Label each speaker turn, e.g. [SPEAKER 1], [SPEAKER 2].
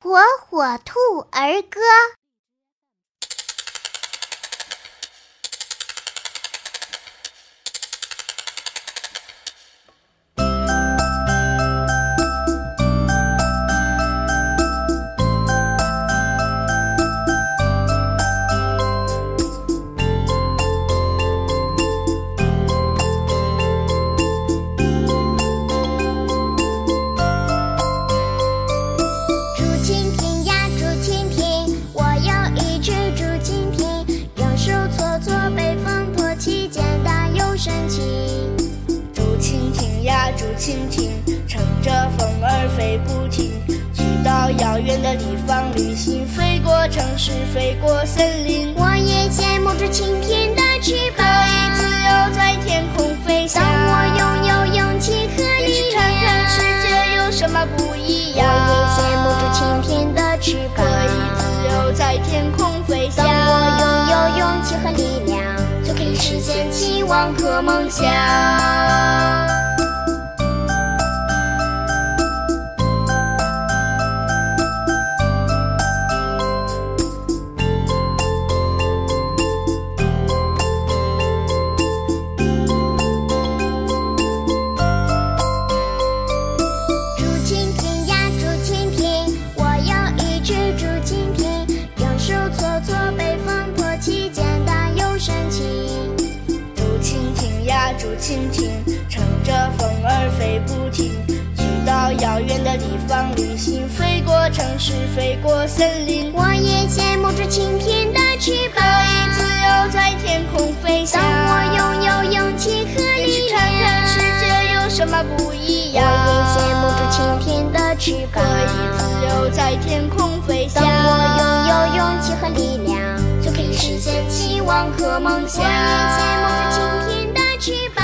[SPEAKER 1] 火火兔儿歌。
[SPEAKER 2] 竹蜻蜓呀，竹蜻蜓，我有一只竹蜻蜓，有手搓搓，被风托起，简单又神奇。
[SPEAKER 3] 竹蜻蜓呀，竹蜻蜓，乘着风儿飞不停，去到遥远的地方旅行，飞过城市，飞过森林，
[SPEAKER 2] 我也羡慕竹蜻蜓的翅膀，
[SPEAKER 3] 自由在天空飞翔
[SPEAKER 2] 当。我拥有勇气和
[SPEAKER 3] 也
[SPEAKER 2] 力
[SPEAKER 3] 去看看世
[SPEAKER 2] 量。
[SPEAKER 3] 界有什么不一
[SPEAKER 2] 我也
[SPEAKER 3] 样。
[SPEAKER 2] 羡慕竹蜻蜓的翅
[SPEAKER 3] 可
[SPEAKER 2] 膀，
[SPEAKER 3] 以自由在天空飞翔
[SPEAKER 2] 当。我拥有勇气和力量，就可以实现期望和梦想。竹蜻蜓呀，竹蜻蜓，我有一只竹蜻蜓，有手搓搓，被风托起，简单又神奇。
[SPEAKER 3] 竹蜻蜓呀，竹蜻蜓，乘着风儿飞不停，去到遥远的地方旅行，飞过城市，飞过森林，
[SPEAKER 2] 我也羡慕竹蜻蜓的翅
[SPEAKER 3] 可
[SPEAKER 2] 膀，
[SPEAKER 3] 以自由在天空飞翔
[SPEAKER 2] 当。我拥有勇气和
[SPEAKER 3] 也去
[SPEAKER 2] 力量
[SPEAKER 3] 看。看世界有什么不一
[SPEAKER 2] 我也
[SPEAKER 3] 样。
[SPEAKER 2] 羡慕竹蜻蜓的翅
[SPEAKER 3] 可
[SPEAKER 2] 膀，
[SPEAKER 3] 以自由在天空飞翔
[SPEAKER 2] 当。我拥有勇气和力量，就可以实现期望和梦想。我也羡慕竹蜻蜓的翅膀，